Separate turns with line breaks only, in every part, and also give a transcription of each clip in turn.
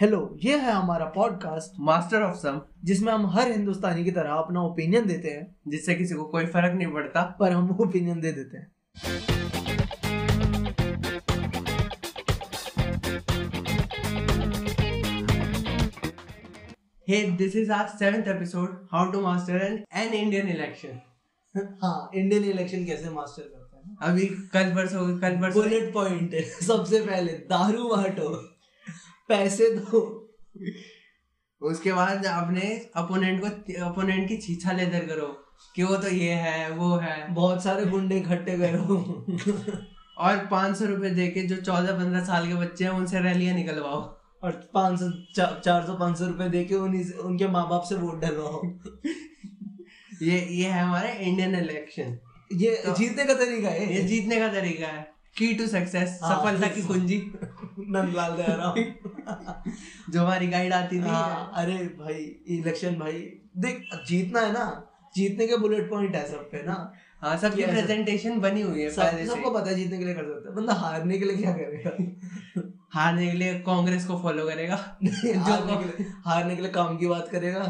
Hello ये है हमारा पॉडकास्ट
मास्टर ऑफ सम
जिसमें हम हर हिंदुस्तानी की तरह अपना ओपिनियन देते हैं
जिससे किसी को कोई फर्क नहीं पड़ता
पर हम ओपिनियन दे देते हैं
hey this is our seventh episode how to master an an Indian election
हाँ इंडियन इलेक्शन कैसे मास्टर करते हैं
अभी कल परसों कल परसों
बुलेट पॉइंट सबसे पहले दारू बांटो पैसे दो
उसके बाद अपने अपोनेंट को अपोनेंट की छीछा लेदर करो कि वो तो ये है वो है
बहुत सारे गुंडे इकट्ठे करो
और पाँच सौ रुपये दे के जो चौदह पंद्रह साल के बच्चे हैं उनसे रैलियाँ निकलवाओ
और पाँच सौ चार सौ पाँच सौ रुपए दे के उन्हीं से- उनके माँ बाप से वोट डलवाओ
ये ये है हमारा इंडियन इलेक्शन
ये
तो-
जीतने का तरीका है
ये जीतने का तरीका है की टू सक्सेस
हाँ।
सफलता की कुंजी
नंदलाल दयाराम
जो हमारी गाइड आती थी
हाँ, अरे भाई इलेक्शन भाई देख जीतना है ना जीतने के बुलेट पॉइंट है सब पे ना
हाँ सबकी
ये ऐसा-
प्रेजेंटेशन बनी हुई है
सब
पहले से
सबको पता है जीतने के लिए कर सकते हैं बंदा हारने के लिए क्या करेगा
हारने के लिए कांग्रेस को फॉलो करेगा
हारने के लिए हारने के लिए काम की बात करेगा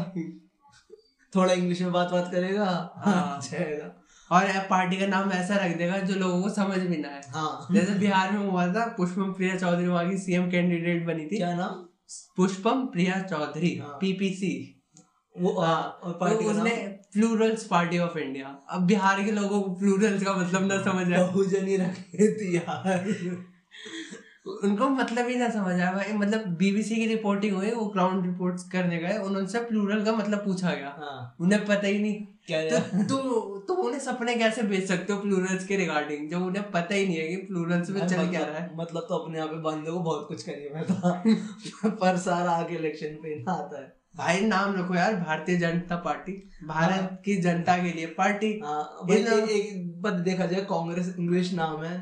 थोड़ा इंग्लिश में बात बात करेगा
हाँ।
जाएगा
और पार्टी का नाम ऐसा रख देगा जो लोगों को समझ भी ना आए
हाँ
जैसे बिहार में हुआ था पुष्पम प्रिया चौधरी वहाँ की सीएम कैंडिडेट बनी थी
क्या नाम
पुष्पम प्रिया चौधरी
हाँ।
पीपीसी
वो हाँ और पार्टी का
उसने
नाम
प्लूरल्स पार्टी ऑफ इंडिया अब बिहार के लोगों को प्लूरल्स का मतलब ना समझ आए
बहुजन ही रखे थी यार
उनको मतलब ही ना समझ आया भाई मतलब बीबीसी की रिपोर्टिंग हुई वो ग्राउंड रिपोर्ट्स करने गए उनसे प्लूरल का मतलब पूछा गया
हाँ
उन्हें पता ही नहीं
क्या
तो तुम तुम उन्हें सपने कैसे बेच सकते हो प्लूरल्स के रिगार्डिंग जब उन्हें पता ही नहीं है कि प्लूरल्स में चल क्या रहा है
मतलब तो अपने यहाँ पे बंदे को बहुत कुछ करिए मैं था पर सारा आगे इलेक्शन पे ना आता है
भाई नाम रखो यार भारतीय जनता पार्टी भारत
हाँ।
की जनता के लिए पार्टी
हाँ भाई
इन-
एक, एक बात देखा जाए कांग्रेस इंग्लिश नाम है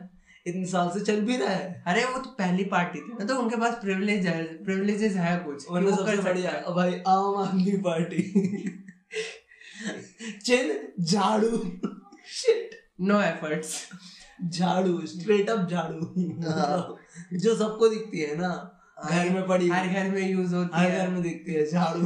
इतने साल से चल भी रहा है
अरे वो तो पहली पार्टी थी ना तो उनके पास प्रिविलेज है प्रिविलेजेस है कुछ कि
वरना
वो
सबसे
कर सकते
बढ़िया
हैं।
भाई आम आदमी पार्टी चिन्ह झाड़ू शिट
नो एफर्ट्स
झाड़ू स्ट्रेट अप
हाँ।
झाड़ू जो सबको दिखती है ना घर में पड़ी
हर
हुई,
घर में यूज होती
हर घर
है
में दिखती है झाड़ू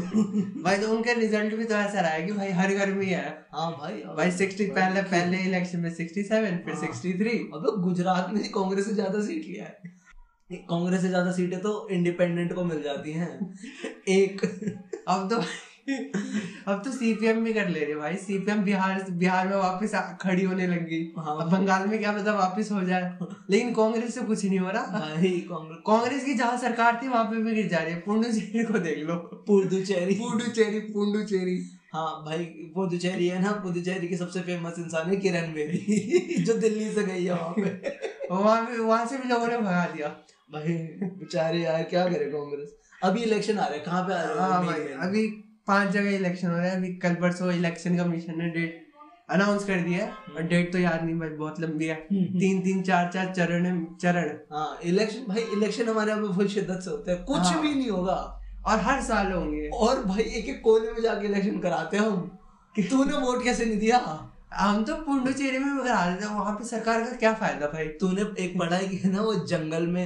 भाई तो उनके रिजल्ट भी तो ऐसा रहा है कि भाई हर घर में ही है
हाँ भाई
भाई सिक्सटी पहले पहले इलेक्शन में सिक्सटी सेवन फिर
हाँ।
सिक्सटी थ्री
अबे गुजरात में कांग्रेस से ज्यादा सीट लिया है नहीं, कांग्रेस से ज्यादा सीटें तो इंडिपेंडेंट को मिल जाती हैं एक
अब तो अब तो सीपीएम भी कर ले रही है भाई सीपीएम बिहार बिहार में वापस आ- खड़ी होने लगी
हाँ।
अब बंगाल में क्या पता वापस हो जाए लेकिन कांग्रेस से कुछ नहीं हो रहा
भाई कांग्रेस
कांग्रेस की जहाँ सरकार थी वहां पे भी गिर जा रही है पुंडुचेरी को देख लो
पुडुचेरी
पुंडुचेरी पुंडुचेरी
हाँ भाई पुडुचेरी है ना पुडुचेरी की सबसे फेमस इंसान है किरण बेदी जो दिल्ली से गई है वहाँ पे
वहां पे वहां से भी लोगों ने भगा दिया
भाई बेचारे यार क्या करे कांग्रेस अभी इलेक्शन आ रहे हैं कहाँ पे आ रहे हैं
हाँ
main
भाई
main?
अभी पांच जगह इलेक्शन हो रहा है अभी कल परसों इलेक्शन कमीशन ने डेट अनाउंस कर दिया है और डेट तो याद नहीं भाई बहुत लंबी है
हम्म।
तीन तीन चार चार चरण है- चरण
हाँ इलेक्शन भाई इलेक्शन हमारे यहाँ पे फुल शिद्दत से होता है कुछ
हाँ।
भी नहीं होगा
और हर साल होंगे
और भाई एक एक कोने में जाके इलेक्शन कराते हैं हम कि तूने वोट कैसे नहीं दिया
हम तो पुंडुचेरी में करा देते वहां पे सरकार का क्या फायदा भाई
तूने एक पढ़ा है कि है ना वो जंगल में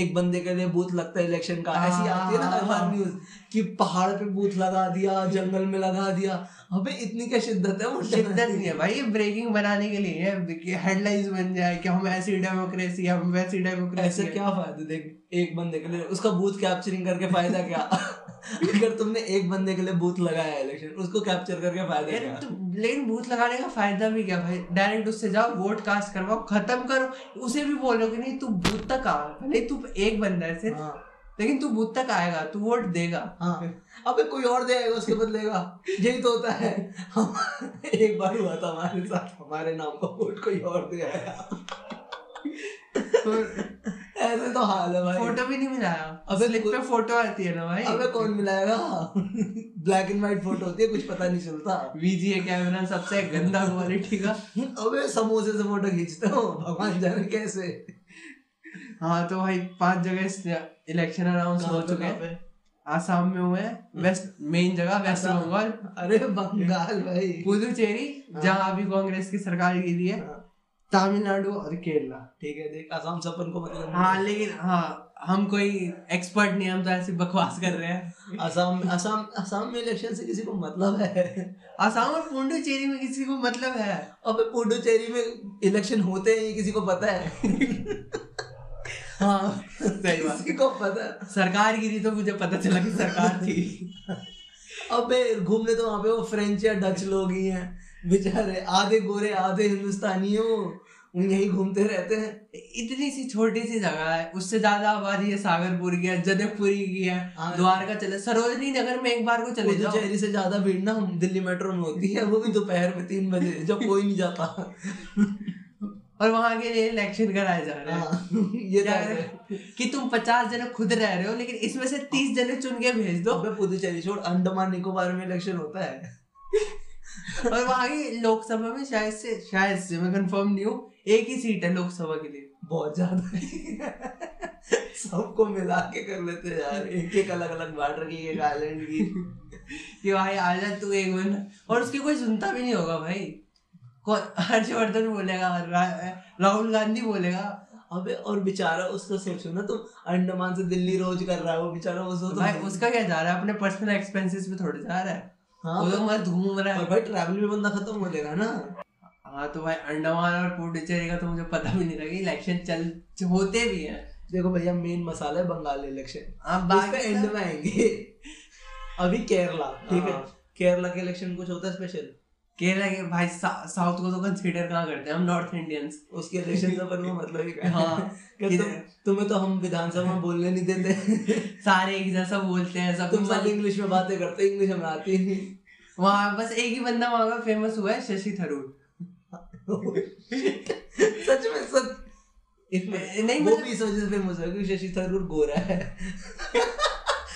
एक बंदे के लिए बूथ लगता है इलेक्शन का
हाँ,
ऐसी आती है ना हर बार
हाँ।
न्यूज कि पहाड़ पे बूथ लगा दिया जंगल में लगा दिया अबे इतनी क्या शिद्दत है वो
शिद्दत नहीं है भाई ये ब्रेकिंग बनाने के लिए है हेडलाइंस बन जाए कि हम ऐसी डेमोक्रेसी हम वैसी डेमोक्रेसी
ऐसे क्या फायदा देख एक बंदे के लिए उसका बूथ कैप्चरिंग करके फायदा क्या अगर तुमने एक बंदे के लिए बूथ लगाया इलेक्शन उसको कैप्चर करके फायदा
यार
क्या
तो लेकिन बूथ लगाने का फायदा भी क्या भाई डायरेक्ट उससे जाओ वोट कास्ट करवाओ खत्म करो उसे भी बोलो कि नहीं तू बूथ तक आ नहीं तू एक बंदा है सिर्फ
हाँ
लेकिन तू बूथ तक आएगा तू वोट देगा
हाँ अबे कोई और देगा उसके बदलेगा यही तो होता है हम एक बार हुआ था हमारे साथ हमारे नाम का वोट कोई और दे आया ऐसे तो हाल है भाई
फोटो भी नहीं मिलाया
अबे
अबे लिख पे फोटो आती है ना
अबे
भाई
कौन मिलाएगा ब्लैक एंड व्हाइट फोटो होती है कुछ पता नहीं चलता
वीजीए कैमरा सबसे गंदा क्वालिटी का
अबे समोसे से फोटो खींचते हो भगवान जाने कैसे
हाँ तो भाई पांच जगह इलेक्शन अनाउंस हो चुके हैं आसाम में हुए हैं वेस्ट मेन जगह वेस्ट
हम्म। आसाम।
बंगाल
अरे बंगाल भाई
पुदुचेरी
हाँ।
जहाँ अभी कांग्रेस की सरकार गिरी है
हाँ,
तमिलनाडु और केरला
ठीक है देख आसाम सपन को मतलब
हाँ लेकिन हाँ हम कोई एक्सपर्ट नहीं हम तो ऐसी बकवास कर रहे हैं
असम असम असम में इलेक्शन से किसी को मतलब है
आसाम और पुंडुचेरी में किसी को मतलब है
अबे पुडुचेरी में इलेक्शन होते हैं ये किसी को पता है
हाँ सही बात
किसी को पता है
सरकार गिरी तो मुझे पता चला कि सरकार थी
अबे घूमने तो वहाँ पे वो फ्रेंच या डच लोग ही हैं बेचारे आधे गोरे आधे हिंदुस्तानी हैं वो वो यहीं घूमते रहते हैं
इतनी सी छोटी सी जगह है उससे ज्यादा आबादी है सागरपुर की है जदकपुरी की है
हाँ।
द्वारका चले सरोजनी नगर में एक बार को चले जाओ
पुडुचेरी से ज्यादा भीड़ ना दिल्ली मेट्रो में होती है वो भी दोपहर में तीन बजे जब कोई नहीं जाता
और वहां के लिए इलेक्शन कराए जा रहे हैं
हाँ, ये तो
क्या
ऐसा है।
करें? कि तुम पचास जने खुद रह रहे हो लेकिन इसमें से तीस जने चुन के भेज दो
अबे पुडुचेरी छोड़ अंडमान निकोबार में इलेक्शन होता है
और वहां की लोकसभा में शायद से शायद से मैं कंफर्म नहीं हूँ एक ही सीट है लोकसभा के लिए
बहुत ज्यादा सबको मिला के कर लेते हैं यार एक एक अलग अलग बॉर्डर की एक आइलैंड की
कि भाई आ जा तू एक बन और उसकी कोई सुनता भी नहीं होगा भाई कौन हर्षवर्धन बोलेगा रा- राहुल गांधी बोलेगा
अबे और बेचारा उसका सोचो ना तुम अंडमान से दिल्ली रोज कर रहा है वो बेचारा वो सोचो
तो भाई उसका क्या जा रहा है अपने पर्सनल एक्सपेंसेस में थोड़े जा रहा है
हाँ
वो तो मस्त घूम रहा
और
है
भाई ट्रैवल भी बंदा खत्म हो जाएगा ना
हाँ तो भाई अंडमान और पुडुचेरी का तो मुझे पता भी नहीं लगा इलेक्शन चल होते भी हैं
देखो भैया मेन मसाला है बंगाल इलेक्शन
आप
बाकी
बाकी
एंड
सब-
में आएंगे अभी केरला ठीक है
हाँ।
केरला के इलेक्शन कुछ होता है स्पेशल
केरला के भाई सा- साउथ को तो कंसीडर कहाँ करते हैं हम नॉर्थ इंडियंस
उसके इलेक्शन का बनना मतलब ही क्या
हाँ
कि तुम, तुम्हें तो हम विधानसभा में बोलने नहीं देते
सारे एक जैसा बोलते हैं सब
तुम सब इंग्लिश तो में बातें करते हो, इंग्लिश हमें आती ही नहीं
वहाँ बस एक ही बंदा वहाँ का फेमस हुआ है शशि थरूर
सच में सच इसमें
नहीं,
नहीं वो
मतलब-
भी इस वजह से फेमस हुआ क्योंकि शशि थरूर गोरा है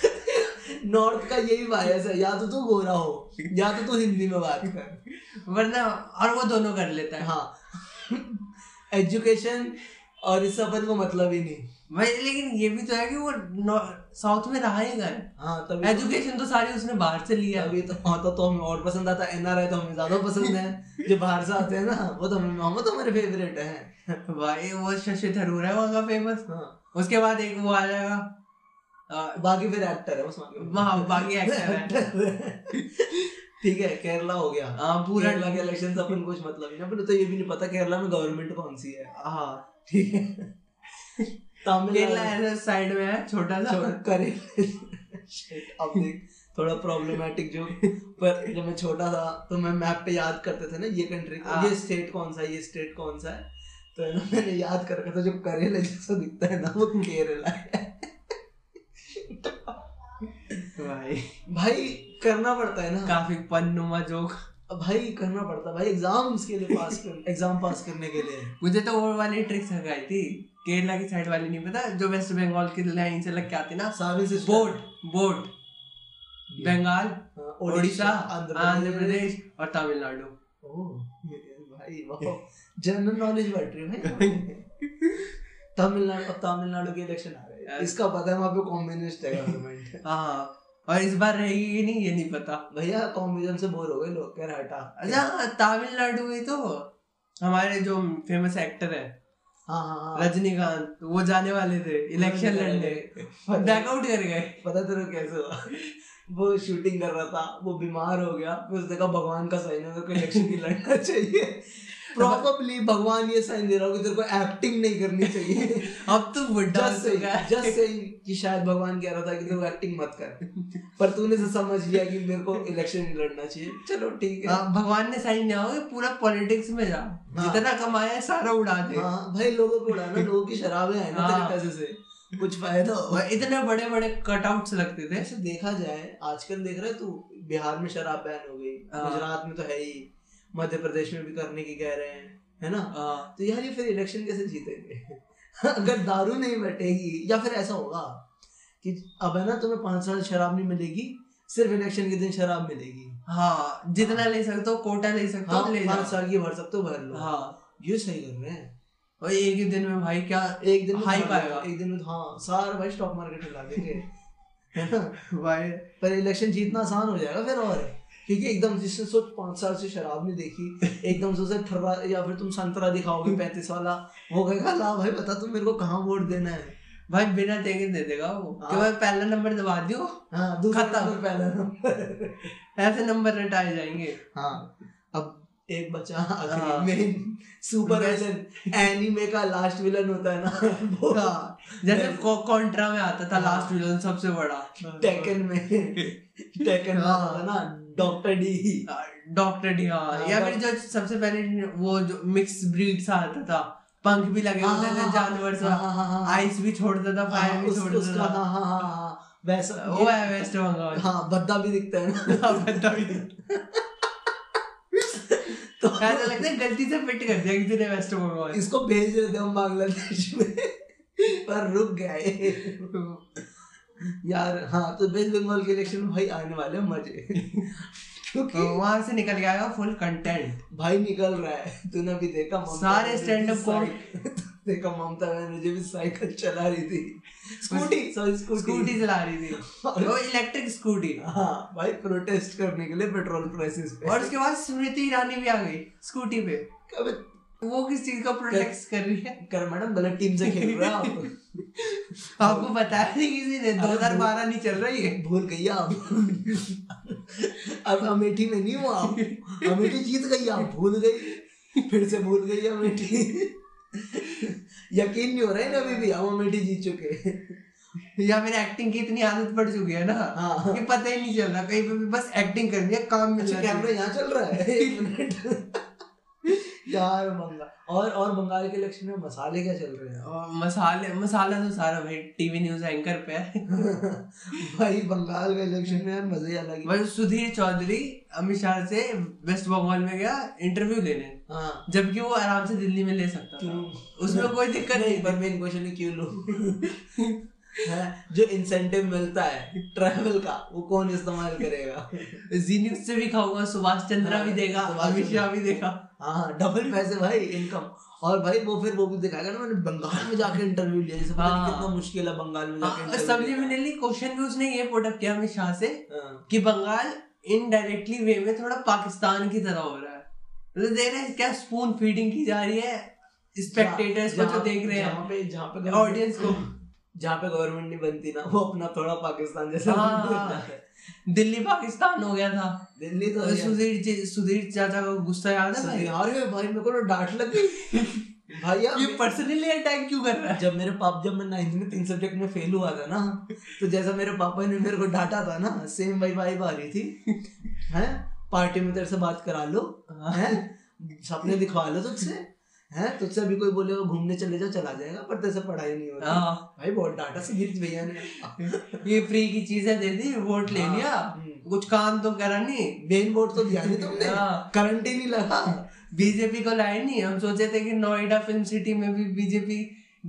नॉर्थ का यही बायस है या तो तू गोरा हो या तो तू हिंदी में बात कर
मतलब वरना और वो दोनों कर लेता है
हाँ एजुकेशन और इस सफर को मतलब ही नहीं
भाई लेकिन ये भी तो है कि वो नॉ- साउथ में रहा ही कर
हाँ तभी
एजुकेशन तो सारी उसने बाहर से लिया
अभी तो हाँ तो, तो हमें और पसंद आता है एनआरआई तो हमें ज्यादा पसंद है जो बाहर से आते हैं ना वो तो हमें वो तो हमारे फेवरेट है
भाई वो शशि थरूर है वहाँ का फेमस
हाँ
उसके बाद एक वो आ जाएगा अ,
बाकी फिर एक्टर है उसमें
वहाँ बाकी एक्टर है
ठीक है केरला हो गया
हाँ, पूरा
केरला के इलेक्शन से अपन कुछ मतलब ही ना अपन तो ये भी नहीं पता केरला में गवर्नमेंट कौन सी है
हाँ
ठीक है
केरला
तमिलनाडु
ऐसा साइड में है छोटा सा
छोड़, करे Shit, अब देख थोड़ा प्रॉब्लमेटिक जो पर जब मैं छोटा था तो मैं मैप पे याद करते थे ना ये कंट्री
हाँ।
ये स्टेट कौन सा है ये स्टेट कौन सा है तो है ना मैंने याद कर रखा था जो करेला जैसा दिखता है ना वो केरला है
भाई
भाई करना पड़ता है ना
काफी पन्नुमा जोक
भाई करना पड़ता है भाई एग्जाम्स के लिए पास कर एग्जाम पास करने के लिए
मुझे तो वो वाली ट्रिक्स आई थी केरला की साइड वाली नहीं पता जो वेस्ट बंगाल की लाइन से लग के आती ना
साविन से
बोट बोट बंगाल
हाँ,
उड़ीसा आंध्र प्रदेश और तमिलनाडु
Oh, भाई वाह जनरल नॉलेज बढ़ रही है भाई तमिलनाडु अब तमिलनाडु के इलेक्शन आ रहे हैं इसका पता है वहाँ पे कॉम्युनिस्ट है गवर्नमेंट
हाँ और इस बार रहेगी कि नहीं ये नहीं पता
भैया कॉम्युनिज्म से बोर हो गए लोग कह रहे हटा
अच्छा हाँ, तमिलनाडु में तो हमारे जो फेमस एक्टर है
हाँ हाँ हाँ
रजनीकांत वो जाने वाले थे इलेक्शन लड़ने
पता-
बैकआउट कर गए
पता तेरे को कैसे हुआ वो शूटिंग कर रहा था वो बीमार हो गया फिर उसने कहा भगवान का साइन है तेरे को इलेक्शन नहीं लड़ना चाहिए प्रॉब्ली भगवान ये साइन दे रहा होगा कि तेरे को एक्टिंग नहीं करनी चाहिए
अब तो बुढ़ा
जस्ट से जस्ट से कि शायद भगवान कह रहा था कि तू एक्टिंग मत कर पर तूने से समझ लिया कि मेरे को इलेक्शन नहीं लड़ना चाहिए चलो ठीक है
हाँ, भगवान ने साइन दिया होगा कि पूरा पॉलिटिक्स में जा जितना कमाया है सारा उड़ा दे
हाँ भाई लोगों को उड़ाना लोगों की शराबें हैं ना
हाँ।
तेरे पैसे से कुछ फायदा हो
और इतने बड़े बड़े कटआउट्स लगते थे
वैसे देखा जाए आजकल देख रहा है तू बिहार में शराब बैन हो गई
हाँ।
गुजरात में तो है ही मध्य प्रदेश में भी करने की कह रहे हैं है ना
हाँ,
तो यार ये फिर इलेक्शन कैसे जीतेंगे अगर दारू नहीं बटेगी या फिर ऐसा होगा कि अब है ना तुम्हें पांच साल शराब नहीं मिलेगी सिर्फ इलेक्शन के दिन शराब मिलेगी
हाँ जितना ले सकते हो कोटा ले सकते
हाँ
हो ले
पांच
जाओ
साल की भर सकते हो भर लो
हाँ
ये सही कर रहे हैं
और एक ही दिन में भाई क्या
एक दिन में तो
हाई
भर
पाएगा।
लो, एक दिन में हाँ सारा भाई स्टॉक मार्केट में ला देंगे है ना
भाई
पर इलेक्शन जीतना आसान हो जाएगा फिर और क्योंकि एकदम जिसने सोच पांच साल से शराब नहीं देखी एकदम से उसे ठर्रा या फिर तुम संतरा दिखाओगे पैंतीस वाला वो कहेगा ला भाई बता तुम मेरे को कहाँ वोट देना है
भाई बिना देखे दे देगा वो कि
हाँ।
भाई पहला नंबर दबा दियो
हाँ दूसरा
खत्म।
नंबर पहला नंबर
ऐसे नंबर रटाए जाएंगे
हाँ अब एक बचा आखिरी
हाँ।
Main super
Best-
villain anime का लास्ट विलन होता है ना वो
हाँ, जैसे कॉन्ट्रा में आता था
हाँ।
लास्ट विलन सबसे बड़ा
टेकन में टेकन में
हाँ।
आता था ना डॉक्टर डी
डॉक्टर डी
हाँ,
हाँ या फिर
डॉ-
जो सबसे पहले वो जो मिक्स ब्रीड सा आता था पंख भी लगे
हाँ,
होते थे
हाँ,
जानवर
हाँ
सा
हाँ हाँ हाँ।
आइस भी छोड़ता था फायर
हाँ,
भी
उस-
छोड़ता
उसका
था
हाँ हाँ हाँ हाँ वैसा
वो है वेस्ट बंगाल
हाँ भद्दा भी दिखता है ना
हाँ, भद्दा भी दिखता
तो
ऐसा लगता है गलती से फिट कर दिया किसी ने वेस्ट बंगाल
इसको भेज रहे थे हम बांग्लादेश में पर रुक गए यार हाँ तो वेस्ट बंगाल के इलेक्शन में भाई आने वाले हैं मजे क्योंकि
वहां तो से निकल के आएगा फुल कंटेंट
भाई निकल रहा है तूने अभी देखा ममता
सारे
बनर्जी
stand-up
साइक- देखा ममता बनर्जी भी साइकिल चला रही थी स्कूटी सॉरी स्कूटी
स्कूटी चला रही थी वो इलेक्ट्रिक स्कूटी
हाँ भाई प्रोटेस्ट करने के लिए पेट्रोल प्राइसेस पे
और उसके बाद स्मृति ईरानी भी आ गई स्कूटी पे
अबे,
वो किस चीज का प्रोटेक्ट कर रही है
कर मैडम गलत टीम से खेल रहे हो आप
आपको बताया नहीं किसी ने 2012 नहीं चल रही है
भूल गई आप अब अमेठी में नहीं हो आप अमेठी जीत गई आप भूल गई फिर से भूल गई अमेठी यकीन नहीं हो रहा है ना अभी भी हम अमेठी जीत चुके हैं।
या फिर एक्टिंग की इतनी आदत पड़ चुकी है ना
हाँ।
कि पता ही नहीं चल रहा कहीं पे भी बस एक्टिंग कर दिया काम मिल
अच्छा
रहा
कैमरा
है
यहाँ चल रहा है एक मिनट यार बंगाल और और बंगाल के इलेक्शन में मसाले क्या चल रहे हैं
और मसाले मसाला तो सारा भाई टीवी न्यूज एंकर पे है
भाई बंगाल के इलेक्शन में यार मजे ही अलग ही-
भाई सुधीर चौधरी अमित शाह से वेस्ट बंगाल में गया इंटरव्यू लेने
हाँ
जबकि वो आराम से दिल्ली में ले सकता था
क्यों?
उसमें कोई दिक्कत नहीं
नहीं पर मैं इन क्वेश्चन में क्यों लूं हाँ, जो इंसेंटिव मिलता है ट्रैवल का वो कौन इस्तेमाल करेगा
जी न्यूज से भी खाऊंगा सुभाष चंद्रा भी देगा
सुभाष
अमित शाह भी देगा
हाँ डबल पैसे भाई इनकम और भाई वो फिर वो भी दिखाएगा ना मैंने बंगाल में जाके इंटरव्यू लिया जैसे पता नहीं
हाँ।
कितना मुश्किल है बंगाल में जाके
हाँ,
interview लेना।
सब्लिमिनली क्वेश्चन भी उसने ये पुटअप किया अमित शाह से
हाँ,
कि बंगाल इनडायरेक्टली वे में थोड़ा पाकिस्तान की तरह हो रहा है तो देख रहे हैं क्या स्पून फीडिंग की जा रही है स्पेक्टेटर्स को जो
जहाँ-
देख रहे
जहाँ
हैं
पे जहाँ पे
ऑडियंस को
जहाँ पे गवर्नमेंट नहीं बनती ना वो अपना थोड़ा पाकिस्तान जैसा
हाँ,
बन
हाँ।
जाता है।
दिल्ली पाकिस्तान हो गया था
दिल्ली तो
तो सुधीर जी सुधीर चाचा का गुस्सा याद है भाई
अरे भाई मेरे को तो डांट लग गई भाई
ये
आप-
पर्सनली अटैक क्यों कर रहा है
जब मेरे पाप जब मैं नाइन्थ में तीन सब्जेक्ट में फेल हुआ था ना तो जैसा मेरे पापा ने मेरे को डांटा था ना सेम भाई वाइब आ रही थी हैं पार्टी में तेरे से बात करा लो हैं सपने दिखवा लो तुझसे हैं तुझसे अभी कोई बोलेगा घूमने चले जाओ चला जाएगा पर तेरे से पढ़ाई नहीं होती
हाँ,
भाई बहुत डांटा सुधीर भैया ने
ये फ्री की चीजें दे दी वोट ले
हाँ,
लिया
हम्म।
कुछ काम तो करा नहीं
मेन बोर्ड तो दिया नहीं तुमने
हाँ।
करंट ही नहीं लगा
बीजेपी को लाए नहीं हम सोचे थे कि नोएडा फिल्म सिटी में भी बीजेपी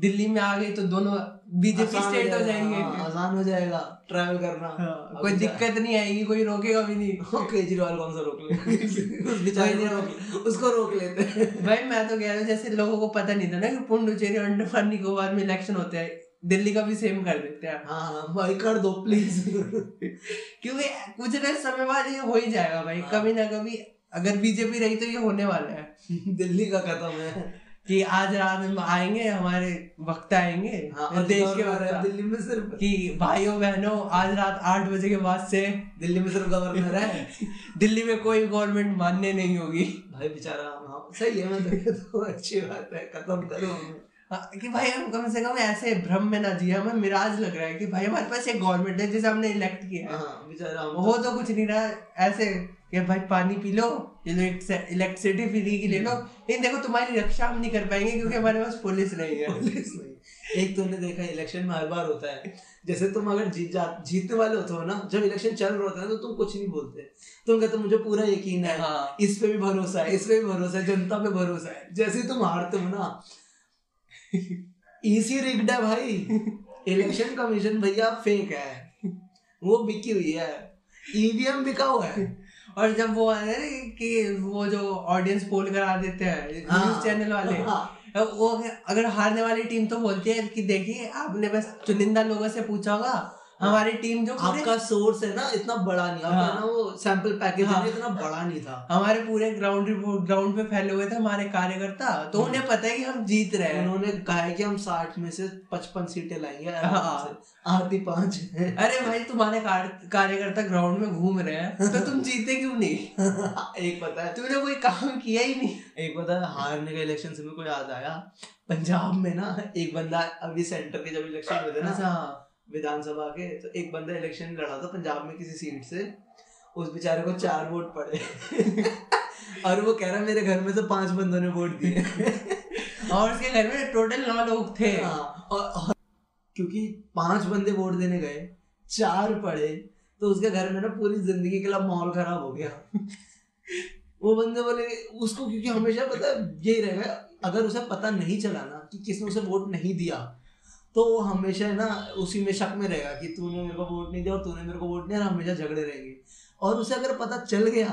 दिल्ली में आ गई तो दोनों बीजेपी
आसान
स्टेट हो
जाएगा,
जाएंगे
हाँ, आसान हो जाएगा ट्रैवल करना
हाँ,
अब
कोई
जा-
दिक्कत नहीं आएगी कोई रोकेगा भी नहीं
वो केजरीवाल कौन सा रोक ले उस बेचारे
कोई
को
नहीं
रोक उसको रोक लेते हैं
भाई मैं तो कह रहा हूँ जैसे लोगों को पता नहीं था ना कि पुंडुचेरी और अंडमान निकोबार में इलेक्शन होते हैं दिल्ली का भी सेम कर देते हैं
हाँ भाई कर दो प्लीज
क्योंकि कुछ ना समय बाद ये हो ही जाएगा भाई
हाँ।
कभी ना कभी अगर बीजेपी रही तो ये होने वाला है
दिल्ली का खत्म है
कि आज रात में आएंगे हमारे वक्त आएंगे
हाँ और
देश के
गवर्नर है
वक्त
दिल्ली में सिर्फ
कि भाइयों बहनों आज रात आठ बजे के बाद से
दिल्ली में सिर्फ गवर्नर है
दिल्ली में कोई गवर्नमेंट मानने नहीं होगी
भाई बेचारा हाँ सही है मैं तो, तो अच्छी बात है खत्म करो हमें।
हाँ, कि भाई हम कम से कम ऐसे भ्रम में ना जिए हमें मिराज लग रहा है कि भाई हमारे पास एक गवर्नमेंट है जिसे हमने इलेक्ट किया है
हाँ बेचारा हम
वो तो कुछ नहीं रहा ऐसे कि भाई पानी पी लो इलेक्ट्रिसिटी फ्री की ले लो
हम्म।
लेकिन देखो तुम्हारी रक्षा हम नहीं कर पाएंगे क्योंकि हमारे पास पुलिस नहीं है
पुलिस तो नहीं एक तुमने देखा इलेक्शन में हर बार होता है जैसे तुम अगर जीत जा जीतने वाले होते हो ना जब इलेक्शन चल रहा होता है तो तुम कुछ नहीं बोलते तुम कहते हो, मुझे पूरा यकीन है
हाँ।
इस पे भी भरोसा है इस पे भी भरोसा है जनता पे भरोसा है जैसे ही तुम हारते हो ना इसी रिग्ड है भाई इलेक्शन कमीशन भैया फेक है वो बिकी हुई है E ईवीएम बिका हुआ है
और जब वो आते हैं ना कि वो जो ऑडियंस पोल करा देते हैं न्यूज चैनल वाले
हाँ।
वो अगर हारने वाली टीम तो बोलती है कि देखिए आपने बस चुनिंदा लोगों से पूछा होगा हमारी टीम जो पूरे
आपका सोर्स है ना इतना बड़ा नहीं आपका
हाँ।
ना वो सैंपल पैकेज
हाँ।
इतना बड़ा नहीं था
हमारे पूरे ग्राउंड रिपोर्ट ग्राउंड पे फैले हुए थे हमारे कार्यकर्ता तो
हम्म।
उन्हें पता है कि हम जीत रहे हैं
उन्होंने कहा है कि हम साठ में से पचपन सीटें लाएंगे
हाँ।
आराम से। आधी पांच है
अरे भाई तुम्हारे कार- कार्यकर्ता ग्राउंड में घूम रहे हैं तो तुम जीते क्यों नहीं
एक पता है
तुमने कोई काम किया ही नहीं
एक पता है हारने का इलेक्शन से मेरे को याद आया पंजाब में ना एक बंदा अभी सेंटर के जब इलेक्शन हुए थे ना
हाँ
विधानसभा के तो एक बंदा इलेक्शन लड़ा था पंजाब में किसी सीट से उस बेचारे को चार वोट पड़े और वो कह रहा मेरे घर में तो पांच बंदों ने वोट दिए
और उसके घर में टोटल नौ लोग थे
हाँ, और, और क्योंकि पांच बंदे वोट देने गए चार पड़े तो उसके घर में ना पूरी जिंदगी के लिए माहौल खराब हो गया वो बंदे बोले उसको क्योंकि हमेशा पता है, यही रहेगा अगर उसे पता नहीं चला ना कि किसने उसे वोट नहीं दिया तो वो हमेशा है ना उसी में शक में रहेगा कि तूने मेरे को वोट नहीं दिया और तूने मेरे को वोट नहीं दिया और हमेशा झगड़े रहेंगे और उसे अगर पता चल गया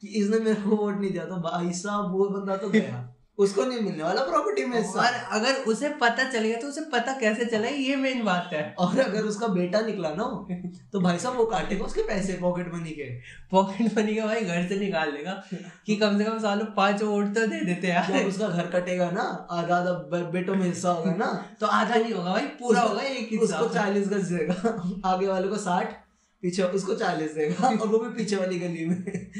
कि इसने मेरे को वोट नहीं दिया तो भाई साहब वो बंदा तो गया उसको नहीं मिलने वाला प्रॉपर्टी में हिस्सा।
और अगर उसे पता चल गया तो उसे पता कैसे चला ये मेन बात है
और अगर उसका बेटा निकला ना हो, तो भाई साहब वो काटेगा उसके पैसे पॉकेट मनी के
पॉकेट मनी का भाई घर से निकाल लेगा कि कम से कम सालों पांच वोट तो दे देते
जब
यार
उसका घर कटेगा ना आधा आधा बे- बेटों में हिस्सा होगा ना
तो आधा नहीं होगा भाई पूरा होगा एक
उसको
हिस्सा
चालीस गज देगा आगे वाले को साठ पीछे उसको चालीस देगा और वो भी पीछे वाली गली में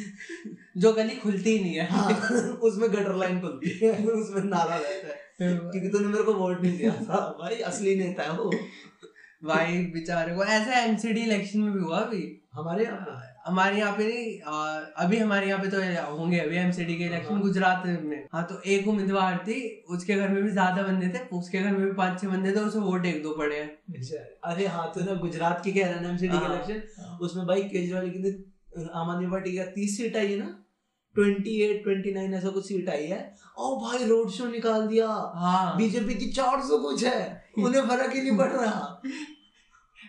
जो गली खुलती ही नहीं है
हाँ उसमें गटर लाइन खुलती है फिर उसमें नारा रहता है क्योंकि तूने मेरे को वोट नहीं दिया था भाई असली नेता है वो
भाई बेचारे को ऐसा एमसीडी इलेक्शन में भी हुआ अभी
हमारे यहाँ पे।
हमारे यहाँ पे नहीं आ, अभी हमारे यहाँ पे तो होंगे अभी एमसीडी के इलेक्शन
हाँ।
गुजरात में हाँ तो एक उम्मीदवार थी उसके घर में भी ज्यादा बंदे थे उसके घर में भी पांच छह बंदे थे उसे वोट एक दो पड़े हैं
अरे हाँ तो ना गुजरात की कह रहे हैं एमसीडी
हाँ।
इलेक्शन उसमें भाई केजरीवाल की तो आम आदमी पार्टी का तीस सीट आई है ना ट्वेंटी एट ट्वेंटी नाइन ऐसा कुछ सीट आई है और भाई रोड शो निकाल दिया
हाँ
बीजेपी की चार सौ कुछ है उन्हें फर्क ही नहीं पड़ रहा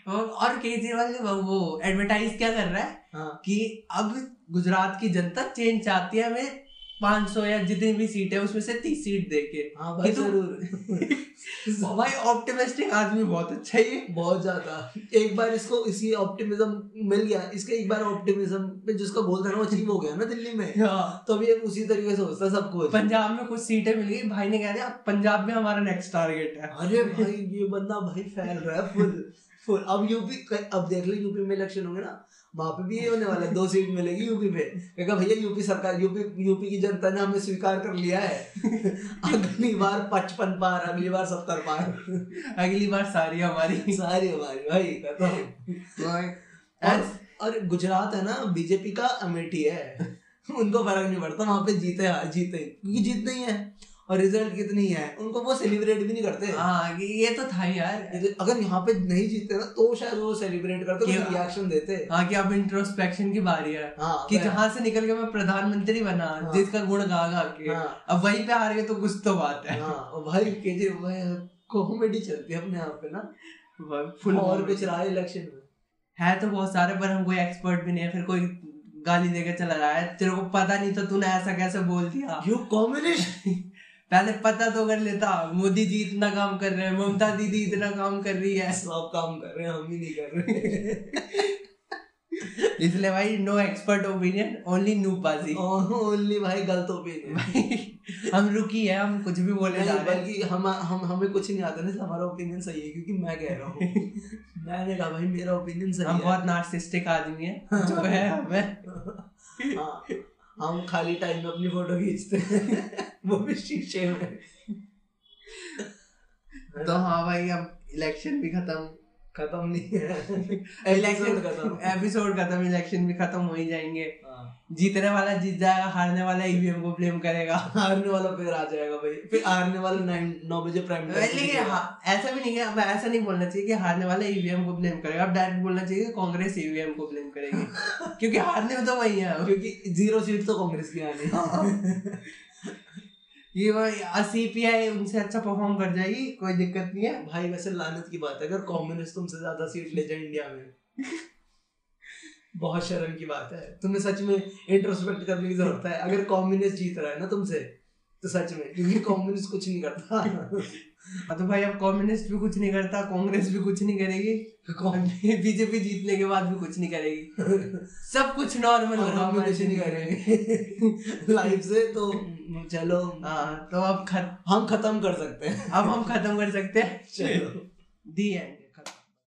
और- तो और केजरीवाल ने वो- वो एडवर्टाइज क्या कर रहा है
हाँ
कि अब गुजरात की जनता चेंज चाहती है हमें 500 या जितनी भी सीट है उसमें से तीस सीट देके
हाँ भाई
कि तुम-
जरूर
भाई ऑप्टिमिस्टिक आदमी बहुत अच्छा ही है
बहुत ज्यादा एक बार इसको इसी ऑप्टिमिज्म मिल गया इसके एक बार ऑप्टिमिज्म पे जिसका गोल था ना वो अचीव हो गया ना दिल्ली में
हाँ।
तो अभी ये उसी तरीके से सोचता है सबको
पंजाब में कुछ सीटें मिल गई भाई ने कह दिया अब पंजाब में हमारा नेक्स्ट टारगेट है
अरे भाई ये बंदा भाई फैल रहा है फुल फुल अब यूपी अब देख ले यूपी में इलेक्शन होंगे ना वहां पे भी ये होने वाला है दो सीट मिलेगी यूपी पे कहेगा भैया यूपी सरकार यूपी यूपी की जनता ने हमें स्वीकार कर लिया है अगली बार पचपन पार अगली बार सत्तर पार
अगली बार सारी हमारी
सारी हमारी भाई कहता हूँ। और,
ऐस-
और गुजरात है ना बीजेपी का अमेठी है उनको फर्क नहीं पड़ता वहां पे जीते हार जीते क्योंकि जीतना ही है और रिजल्ट कितनी है उनको वो सेलिब्रेट भी नहीं करते
हाँ ये ये तो था ही यार
अगर अगर यहाँ पे नहीं जीते ना तो शायद वो सेलिब्रेट करते
क्या?
कुछ रिएक्शन देते
हाँ कि अब इंट्रोस्पेक्शन की बारी है
हाँ
कि
मैं-
जहाँ से निकल के मैं प्रधानमंत्री बना
हाँ।
जिसका गुण गा गा के
हाँ
अब वहीं पे आ रहे तो कुछ तो बात है
हाँ और भाई केजे भाई कॉमेडी चलती है अपने यहाँ पे ना
फुल
और कुछ रहा इलेक्शन में
है तो बहुत सारे पर हम कोई एक्सपर्ट भी नहीं है फिर कोई गाली देके चला रहा है तेरे को पता नहीं तो तूने ऐसा कैसे बोल दिया
यू कॉम्युनिस्ट
पहले पता तो कर लेता मोदी जी इतना काम कर रहे हैं ममता दीदी इतना काम कर रही है
सब काम कर रहे हैं हम ही नहीं कर रहे
इसलिए भाई नो एक्सपर्ट ओपिनियन ओनली नूबाजी
ओनली भाई गलत ओपिनियन
हम रुकी है हम कुछ भी बोले जा रहे हैं
बल्कि हम हम हमें कुछ नहीं आता ना इसलिए हमारा ओपिनियन सही है क्योंकि मैं कह रहा हूँ मैंने कहा भाई मेरा ओपिनियन
हम
सही है
बहुत नार्सिस्टिक आदमी है जो है हमें
हाँ, हम खाली टाइम में अपनी फोटो खींचते हैं वो भी शीशे में
तो हाँ भाई अब इलेक्शन भी खत्म
खत्म नहीं है
इलेक्शन
इलेक्शन खत्म
एपिसोड खत्म इलेक्शन भी खत्म हो ही जाएंगे
हाँ,
जीतने वाला जीत जाएगा हारने वाला ईवीएम को ब्लेम करेगा
हारने वाला फिर आ जाएगा भाई फिर हारने वाला नाइन नौ बजे प्राइम
लेकिन हाँ, ऐसा भी नहीं है अब ऐसा नहीं बोलना चाहिए कि हारने वाला ईवीएम को ब्लेम करेगा अब डायरेक्ट बोलना चाहिए कि कांग्रेस ईवीएम को ब्लेम करेगी क्योंकि हारने में तो वही है
क्योंकि जीरो सीट तो कांग्रेस की आनी
हाँ,
है।
ये वही सीपीआई उनसे अच्छा परफॉर्म कर जाएगी कोई दिक्कत नहीं है
भाई वैसे लानत की बात है अगर कांग्रेस तुमसे ज्यादा सीट ले जाए इंडिया में बहुत शर्म की बात है तुम्हें सच में इंट्रोस्पेक्ट करने की जरूरत है अगर कम्युनिस्ट जीत रहा है ना तुमसे तो सच में क्योंकि कम्युनिस्ट कुछ नहीं करता
हाँ, तो भाई अब कम्युनिस्ट भी कुछ नहीं करता कांग्रेस भी कुछ नहीं करेगी बीजेपी जीतने के बाद भी कुछ नहीं करेगी सब कुछ नॉर्मल होगा हमारे
कुछ नहीं
जिंदगी में।
करेंगे लाइफ से तो चलो
हाँ तो अब खत
हम खत्म कर सकते हैं
अब हम खत्म कर सकते हैं
चलो
दी एंड